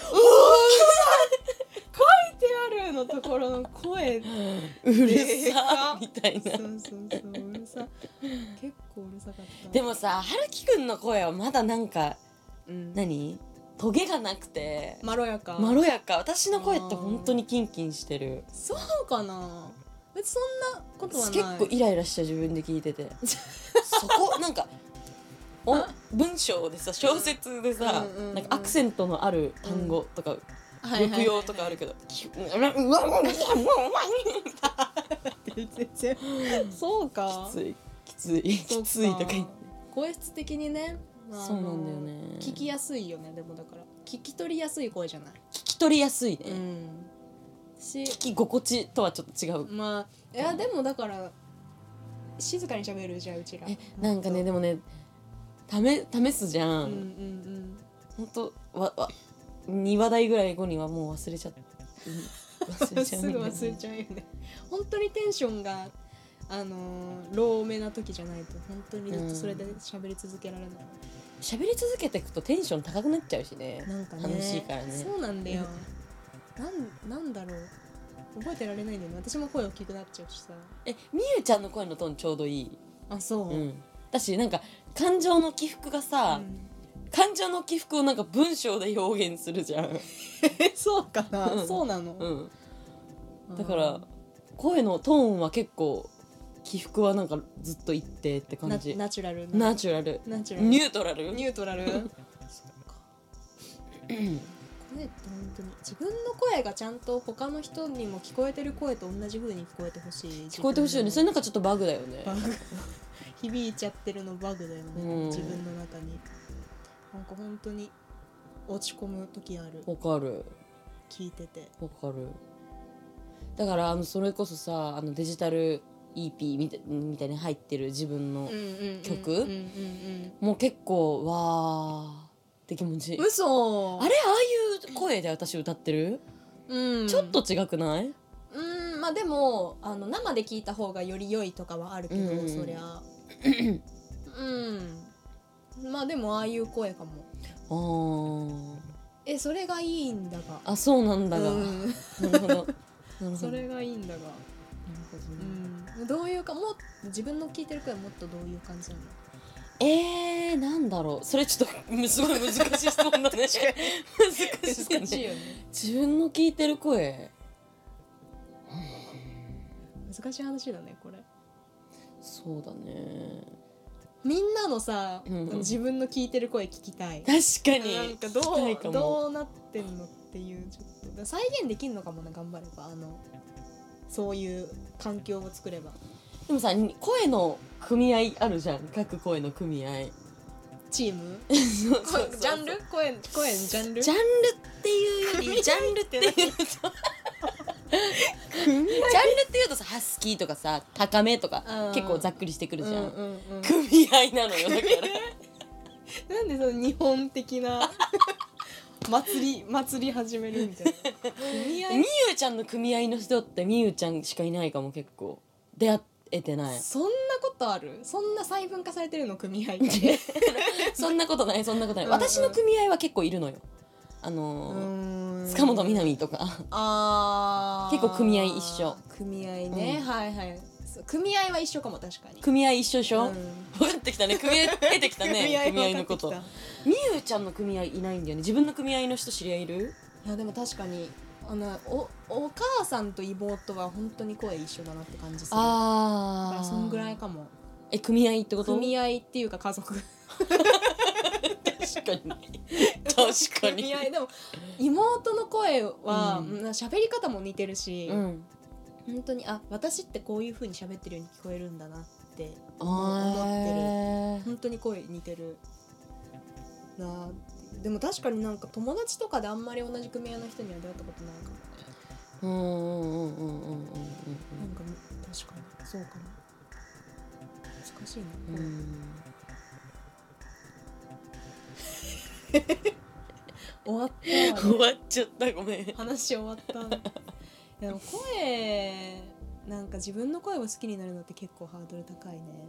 S1: 書いてある」のところの声
S2: うる
S1: で
S2: さ
S1: か
S2: みたい
S1: そう
S2: な
S1: そうそううるさ結構うるさかった
S2: でもさはるきくんの声はまだなんか
S1: うん、
S2: 何トゲがなくて
S1: まろやか
S2: まろやか私の声って本当にキンキンしてる
S1: そうかな別にそんなことはない
S2: 結構イライラした自分で聞いててそこなんかお文章でさ小説でさ、
S1: うんうんうん
S2: なんかアクセントのある単語とか、抑揚とかあるけど「きうわうわうわうわうわうわ
S1: 全然そうか
S2: きついきつい
S1: そうか
S2: きつい」とか言って
S1: 声質的にねまあ
S2: そうなんだよね
S1: 聞きやすいよねでもだから聞き取りやすい声じゃない
S2: 聞き取りやすいね、
S1: んし
S2: 聞き心地とはちょっと違う
S1: まあいやでもだから静かに喋るじゃあうちら
S2: えなんかねでもね試試すじゃ、
S1: うんんうん
S2: ほんとわわ2話題ぐらい後にはもう忘れちゃって忘
S1: う
S2: れ
S1: ん
S2: ち
S1: す
S2: ゃうん
S1: ぐ
S2: だよね
S1: 忘れちゃうよね本当にテンションがあのー、ローめな時じゃないと本当にずっとそれで喋り続けられない、
S2: 喋り続けていくとテンション高くなっちゃうしね
S1: なんかね
S2: 楽しいからね
S1: そうなんだよなんなんだろう覚えてられないんだよね私も声大きくなっちゃうしさ
S2: えみゆちゃんの声のトーンちょうどいい、
S1: あそう、
S2: うんだしなんか感情の起伏がさ、感情の起伏をなんか文章で表現するじ ゃん、
S1: え そうかな
S2: うん
S1: そうなの、
S2: うん、だから声のトーンは結構起伏はなんかずっと一定って
S1: な
S2: 感じ
S1: ナチュラル
S2: ナチュラル
S1: ナチュラル
S2: ニュートラル
S1: ニュートラルそっか声って本当に自分の声がちゃんと他の人にも聞こえてる声と同じ風に聞こえてほしい
S2: 聞こえてほしいよねそ
S1: 自
S2: れ
S1: 分
S2: なんかちょっとバグだよね
S1: バの 響いちゃってるのバグだよね、
S2: うん
S1: 自分の中になんか本当に落ち込む時ある
S2: わかる
S1: 聞いてて
S2: わかるだからあのそれこそさあのデジタル EP みたいみたいに入ってる自分の、曲
S1: うんうんうん
S2: もう結構わーって気持ちいい、
S1: うん嘘
S2: あれああいう声で私歌ってる、
S1: うん
S2: ちょっと違くない
S1: うんまあでもあの生で聞いた方がより良いとかはあるけど、
S2: うんうん
S1: そりゃうんまあでもああいう声かも
S2: あー
S1: えそれがいいんだが
S2: あそうなんだが、
S1: うん
S2: なるほどなるほど
S1: そ
S2: なる
S1: れがいいんだが、
S2: ほどね
S1: うん、どういうかもっ自分の聞いてる声はもっとどういう感じなの
S2: えー、なんだろうそれちょっとすごい難しい質問だね 難しい、
S1: 難しい
S2: ね、
S1: よね
S2: 自分の聞いてる声
S1: 難しい話だねこれ
S2: そうだね
S1: みんなのさ、
S2: うん
S1: 自分の聞いてる声聞きたい
S2: 確かに
S1: なんかど
S2: 聞きたいか
S1: う
S2: も
S1: どうなってんのっていうちょっと再現できんのかもね頑張ればあのそういう環境を作れば
S2: でもさに声の組合あるじゃん各声の組合
S1: チーム
S2: そうそうそう
S1: 声ジャンル声声のジャンル
S2: ジャンルっていうよりジャンル っていうとジャンルっていうとさハスキーとかさ高めとか
S1: うん
S2: 結構ざっくりしてくるじゃん、
S1: うんうん うん
S2: 組合なのよだ から
S1: なんでその日本的な 祭り祭り始めるみたい な組合
S2: みゆちゃんの組合の人ってみゆちゃんしかいないかも結構出会え てない
S1: そんなことあるそんな細分化されてるの組合って
S2: そんなことないそんなことない、
S1: うんうん
S2: 私の組合は結構いるのよあ
S1: う
S2: のー
S1: ーん
S2: 塚本みなみとか
S1: あー
S2: 結構組合一緒
S1: 組合ね、
S2: うん
S1: はいはいそう組合は一緒かも確かに
S2: 組合一緒でしょ、
S1: うん
S2: 分かってきたね組合出てきたね組合のこと
S1: 分かって
S2: みゆちゃんの組合いないんだよね自分の組合の人知り合いいる
S1: きたいやでも確かにあのおお母さんと妹は本当に声一緒だなって感じするだか
S2: あ
S1: らそんぐらいかも
S2: え組合ってこと
S1: 組合っていうか家族
S2: 確かに確かに
S1: 組合でも妹の声は
S2: うん
S1: うん喋、り方も似てるし、
S2: うん
S1: 本当にあ私ってこういう風に喋ってるように聞こえるんだなって
S2: あ
S1: 本当に声似てるなあでも確かになんか友達とかであんまり同じ組合の人には出会ったことないかもね
S2: ーうんうんうんうんうん
S1: なんか確かにそうかな難しいな
S2: うんう
S1: 声、
S2: ん
S1: 終わったわね
S2: 終わっちゃったごめん
S1: 話終わったいやでも声なんか自分の声を好きになるのって結構ハードル高いね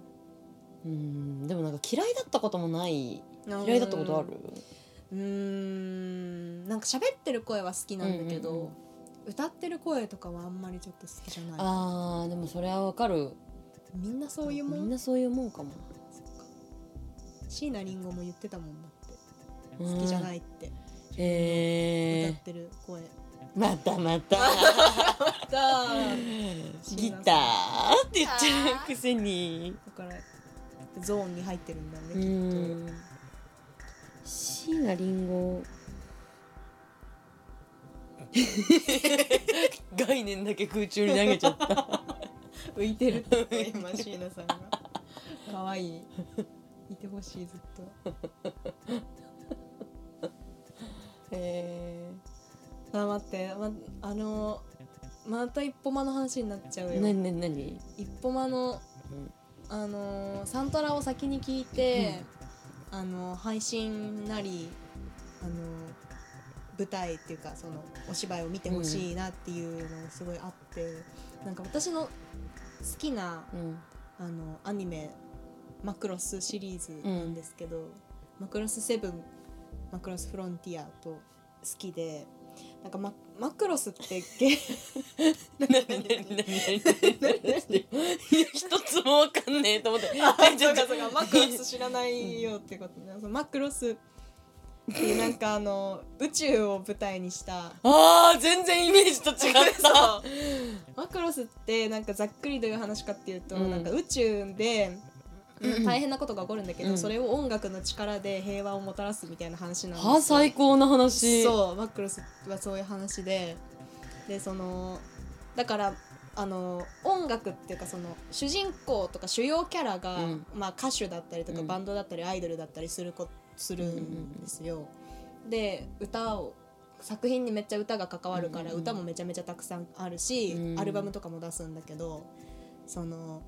S2: うんでもなんか嫌いだったこともない嫌いだったことある
S1: うーんなんか喋ってる声は好きなんだけど、
S2: うんうんうん
S1: 歌ってる声とかはあんまりちょっと好きじゃない
S2: あーでもそれはわかる
S1: みんなそういうも
S2: み
S1: ん
S2: んなそういうもんかも
S1: そっか椎名林檎も言ってたもんだって好きじゃないいって自分の
S2: え
S1: 歌ってる声、
S2: ー、またまた
S1: だ
S2: ギターって言っちゃうくせに
S1: だからゾーンに入ってるんだね
S2: う
S1: きっ
S2: ん椎名林檎概念だけ空中に投げちゃった
S1: と浮い てるって言った今椎名さんが可愛いいてほしいずっと
S2: え
S1: あ待ってまあのまた一歩間の話になっちゃう
S2: ー、
S1: よ
S2: なになになに
S1: 一歩間の
S2: うん
S1: あのーサントラを先に聞いて、あのー配信なりあのー舞台っていうかそのお芝居を見てほしいなっていうのがすごいあって、なんか私の好きな
S2: うん
S1: あのアニメ「マクロス」シリーズなんですけど「マクロスセブンマクロスフロンティア」と好きでなんかママクロスってゲ
S2: なになになになに一つもわかんねえと思って
S1: あそうかそうかマクロス知らないよってことね。そのマクロスっていうなんかあの宇宙を舞台にした
S2: あー全然イメージと違った
S1: マクロスってなんかざっくりどういう話かっていうと、
S2: うん
S1: なんか宇宙で
S2: うん
S1: 大変なことが起こるんだけど、
S2: うん
S1: それを音楽の力で平和をもたらすみたいな話なんですよ
S2: はあ最高な話
S1: そうマクロスはそういう話ででそのだからあの音楽っていうかその主人公とか主要キャラが、
S2: うん
S1: まあ、歌手だったりとか、
S2: うん
S1: バンドだったりアイドルだったりするこするんですよ。で歌を作品にめっちゃ歌が関わるから、
S2: うんうんうん
S1: 歌もめちゃめちゃたくさんあるし、
S2: うん
S1: アルバムとかも出すんだけどその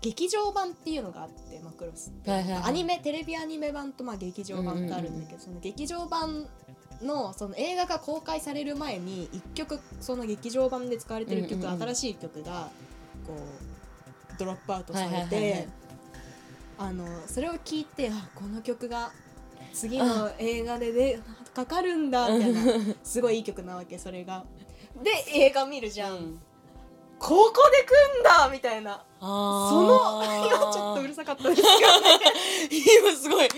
S1: 劇場版っていうのがあってマクロス
S2: はいはいはい
S1: アニメテレビアニメ版とまあ劇場版ってあるんだけど、その劇場版のその映画が公開される前に1曲その劇場版で使われてる曲、
S2: うんうんうん
S1: 新しい曲がこうドロップアウトさ
S2: はい
S1: れ
S2: はいはいはい
S1: てあのそれを聞いてあこの曲が次の映画ででかかるんだみたい なすごいいい曲なわけそれが。で映画見るじゃん、
S2: うん
S1: ここで来んだみたいな
S2: そ
S1: その今ちょっとうるさかったですけど
S2: 今すごい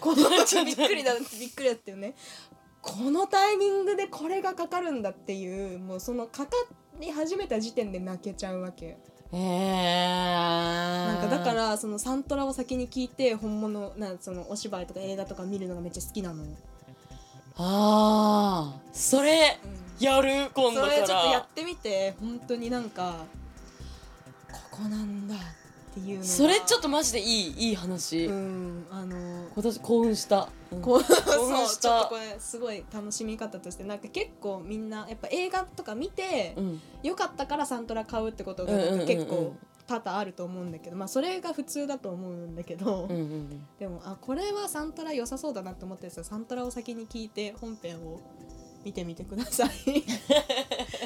S1: このびっくりだびっくりだったよねこのタイミングでこれがかかるんだっていうもうそのかかり始めた時点で泣けちゃうわけ
S2: えー、
S1: なんかだからそのサントラを先に聞いて本物なんそのお芝居とか映画とか見るのがめっちゃ好きなの、うん、
S2: あーそれやる今度
S1: そ
S2: から
S1: れちょっとやってみて本当になんかここなんだっていうのが
S2: それちょっ
S1: と
S2: とマジでいいいい話、
S1: うんあの
S2: 今年興奮した、うん
S1: こうそう
S2: 奮した
S1: ちょっとこれすごい楽しみ方としてなんか結構みんなやっぱ映画とか見て、
S2: うん
S1: 良かったからサントラ買うってことが
S2: うんうんうんうん
S1: 結構多々あると思うんだけど、まあ、それが普通だと思うんだけど、
S2: うんうん
S1: でもあこれはサントラ良さそうだなと思ってさサントラを先に聞いて本編を見てみてくだ さい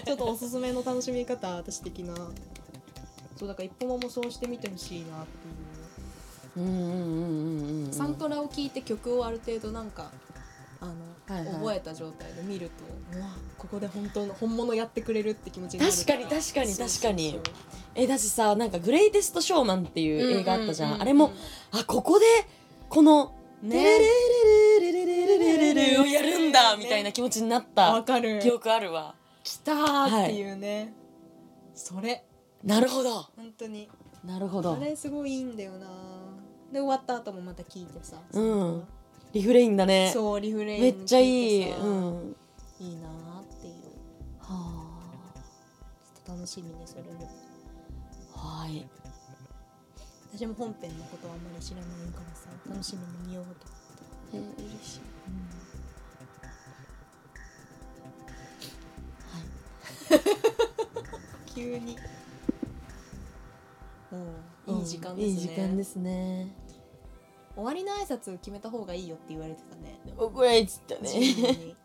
S1: ちょっとおすすめの楽しみ方私的なそうだから一歩ももそうしてみてほしいなっていう、
S2: うんうんうんうんうん
S1: サントラを聞いて曲をある程度なんかあの、
S2: はいはい
S1: 覚えた状態で見るとうわここで本当の本物やってくれるって気持ちになる
S2: 確かに確かに
S1: そう
S2: 確
S1: そ
S2: か
S1: うそう
S2: にえだしさなんか「グレイテスト・ショーマン」っていう映画あったじゃん,、あれもあここでこの「
S1: ね
S2: テレレレレレレレレレレ」をやるんだみたいな気持ちになっ
S1: わ
S2: た
S1: かる
S2: 記憶あるわ
S1: 来たーっていうね、それ
S2: なるほど
S1: 本当に
S2: なるほ
S1: あ
S2: ど
S1: れすごいいいんだよなで終わった後もまた聞いてさ、
S2: うんリフレインだね
S1: そうリフレイン
S2: めっちゃいい、
S1: 聞てさ
S2: うん、
S1: いいなーっていう
S2: は
S1: ちょっと楽しみねそれも
S2: あはい
S1: 私も本編のことはあんまり知らないからさ楽しみに見ようと
S2: え嬉しい
S1: 思って、
S2: はい
S1: 急にもういい時間ですね、
S2: いい時間ですね
S1: 終わりの挨拶を決めた方がいいよって言われてたね
S2: おこれっつった
S1: チーム
S2: ね
S1: に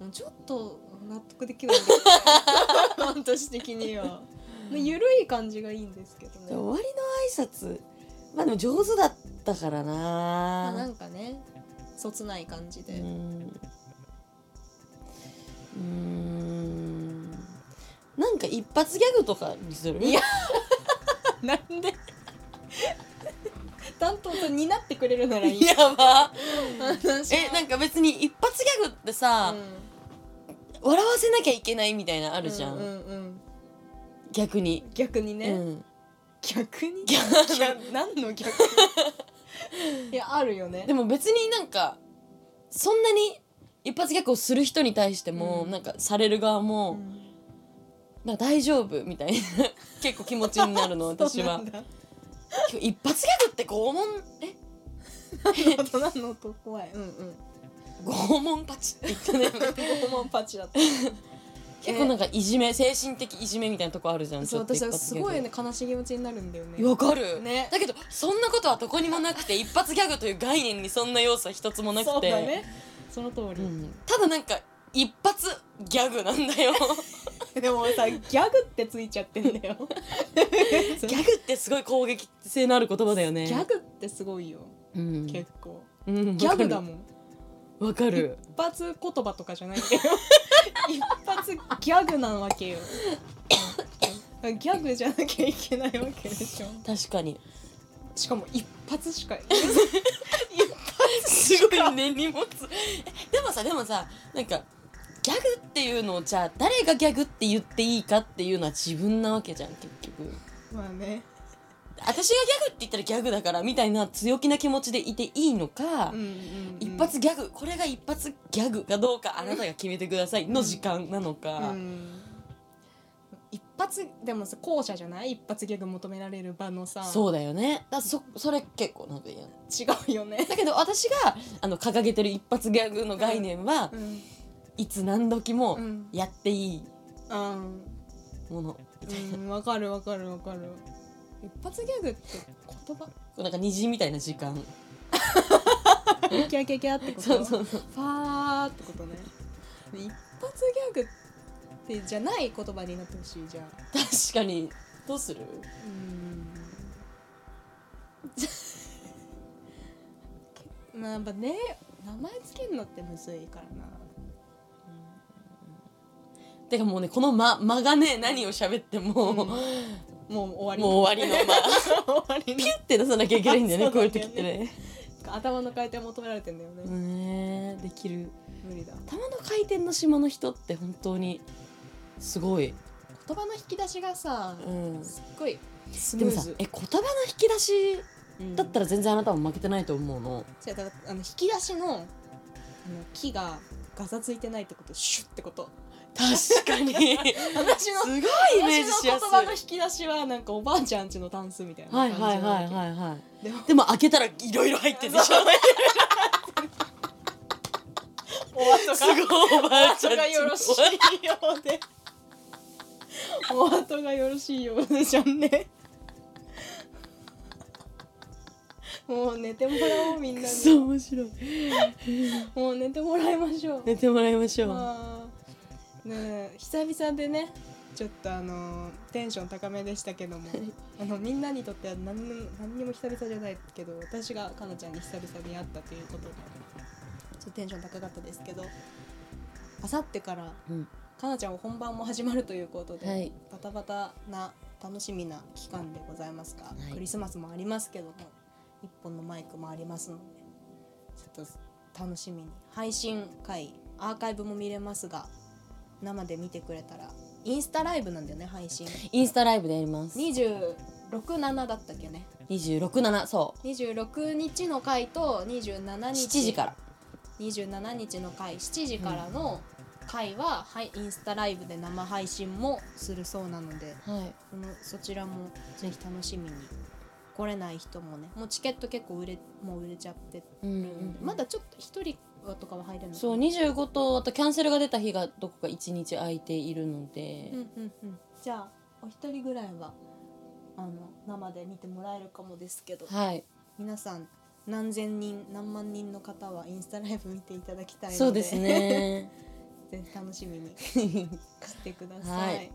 S1: もう ちょっと納得でき ないんだけど私的にはゆるい感じがいいんですけど
S2: 終
S1: ね
S2: わりの挨拶まあでも上手だったから
S1: まあ
S2: な
S1: なんかねそつない感じ
S2: う
S1: で、
S2: ーんうーんなんか一発ギャグとかにする
S1: いやなんで確担当と担ってくれるならいい
S2: やば
S1: 話は
S2: えなんか別に一発ギャグってさ、
S1: うん
S2: 笑わせなきゃいけないみたいなのあるじゃん、
S1: うんうんうん
S2: 逆に、
S1: 逆にね、
S2: うん
S1: 逆に
S2: 逆
S1: 逆何の 逆いやあるよね
S2: でも別になんかそんなに一発ギャグをする人に対しても、
S1: うん
S2: なんかされる側も、
S1: うん
S2: なんか大丈夫みたいな 結構気持ちになるの
S1: そ
S2: 私
S1: うな
S2: は
S1: んだ
S2: 今日一発ギャグって拷問 え
S1: 大人のと怖いうん うん
S2: 拷問パチって言ったね
S1: 拷問パチだった
S2: 結構なんかいじめ精神的いじめみたいなとこあるじゃん
S1: そう
S2: ちょっ
S1: 私
S2: と
S1: は
S2: 一発
S1: す
S2: ギャグ
S1: ごいね悲しい気持ちになるんだよね
S2: わかる、
S1: ね
S2: だけどそんなことはどこにもなくて一発ギャグという概念にそんな要素は一つもなくて
S1: そうだねその通
S2: う
S1: り、
S2: んただなんか一発ギャグなんだよ
S1: でもさギャグってついちゃって んだよ
S2: ギャグってすごい攻撃性のある言葉だよね
S1: ギャグってすごいよ、
S2: うん
S1: 結構
S2: うん
S1: ギャグだ
S2: ん
S1: もん
S2: わかる
S1: 一発言葉とかじゃないん だよ一発ギャグなわけよギャグじゃなきゃいけないわけでしょ
S2: 確かに
S1: しかも一発し か
S2: すご いね荷物えでもさでもさなんかギャグっていうのをじゃあ誰がギャグって言っていいかっていうのは自分なわけじゃん結局
S1: まあね
S2: 私がギャグって言ったらギャグだからみたいな強気な気持ちでいていいのか、
S1: うんうん、
S2: 一発ギャグこれが一発ギャグかどうかあなたが決めてくださいの時間なの
S1: う
S2: か、
S1: ん一発でもさ後者じゃない一発ギャグ求められる場のさ
S2: そうだよねだそそれ結構なんか嫌
S1: 違うよね、
S2: だけど私があの掲げてる一発ギャグの概念は、
S1: うん
S2: いつ何時も
S1: うん
S2: やっていい
S1: うん
S2: もの、
S1: うんわかるわかるわかる一発ギャグって言 葉
S2: なんか虹みたいな時間
S1: キャキャキャってこと
S2: そうそうそう
S1: ファーってことね一発ギャグってじゃない言葉になってほしいじゃん
S2: 確かにどうする
S1: うんまあやっぱね名前つけるのってむずいから な
S2: てかもうねこの間間がね何を喋っても、
S1: うん
S2: も
S1: もう終わ
S2: う
S1: り
S2: 終わりの間
S1: 終わり
S2: ピュって出さなきゃいけないんだよね
S1: あ
S2: こ
S1: そうう
S2: い
S1: な
S2: うん
S1: だよ
S2: 時っ
S1: ね
S2: てね
S1: 頭の回転求められてんだよね、
S2: ねできる
S1: 無理だ
S2: 頭の回転の島の人って本当にすごい、
S1: 言葉の引き出しがさ、
S2: うん、
S1: すっごいスム
S2: で
S1: ー
S2: も
S1: ズ
S2: さえ言葉の引き出しだった
S1: ら、
S2: ら全然あなたも負けてないと思うの
S1: 違うだからあの引き出しのあの木がガサついてないってことシュッってこと
S2: 確かに すごいイ
S1: 私の
S2: メ
S1: 私
S2: ージ
S1: の
S2: し
S1: 言
S2: やすい
S1: 葉の引き出しはなんかおばあちゃん家のタンスみたいな
S2: は
S1: 感
S2: い
S1: じ
S2: はいはい
S1: なわ
S2: はいはい
S1: けでも
S2: でも開けたらいろいろ入ってるでしょ
S1: お後
S2: す
S1: が
S2: ごいおばあち
S1: お後
S2: ゃんち
S1: がよろしいようでお後がよろしいようでじゃんねもう寝てもらおうみんな
S2: そう
S1: に
S2: 面白い
S1: もう寝てもらいましょう、
S2: 寝てもらいましょう、
S1: まあ、ねえ久々でねちょっとあのテンション高めでしたけどもあのみんなにとっては何にも何にも久々じゃないけど私がかなちゃんに久々に会ったということでちょっとテンション高かったですけどあさってから
S2: うん
S1: かなちゃんは本番も始まるということで、
S2: はい
S1: バタバタな楽しみな期間でございますが、
S2: い
S1: クリスマスもありますけども一本のマイクもありますのでちょっと楽しみに配信回アーカイブも見れますが生で見てくれたらインスタライブなんだよね配信
S2: インスタライブでやります
S1: 267だったっけね
S2: 267そう
S1: 26日の回と27日
S2: 7時から
S1: 27日の回7時からの回は、はい、インスタライブで生配信もするそうなので
S2: はい
S1: そのそちらもぜひ楽しみに来れない人もねもうチケット結構売れもう売れちゃって
S2: う
S1: るん
S2: ん
S1: で、まだちょっと1人はとかは入れるのかな
S2: そう25とあとキャンセルが出た日がどこか1日空いているので、
S1: うんうんうん、じゃあお一人ぐらいはあの生で見てもらえるかもですけど
S2: はい
S1: 皆さん何千人何万人の方はインスタライブ見ていただきたいので
S2: そうですね
S1: ぜひ楽しみ にしてください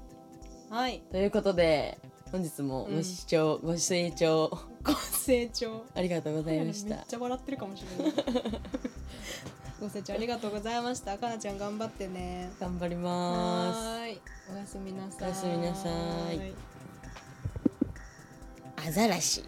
S1: はい、
S2: ということで本日もご視聴、ご清聴
S1: ご清聴
S2: ありがとうございまし
S1: めったちゃ笑ってるかもしれ ないご清聴ありがとうございましたかなちゃん頑張ってね
S2: 頑張りま
S1: はーいおやすみなさい
S2: おやすみなさいすアザラシ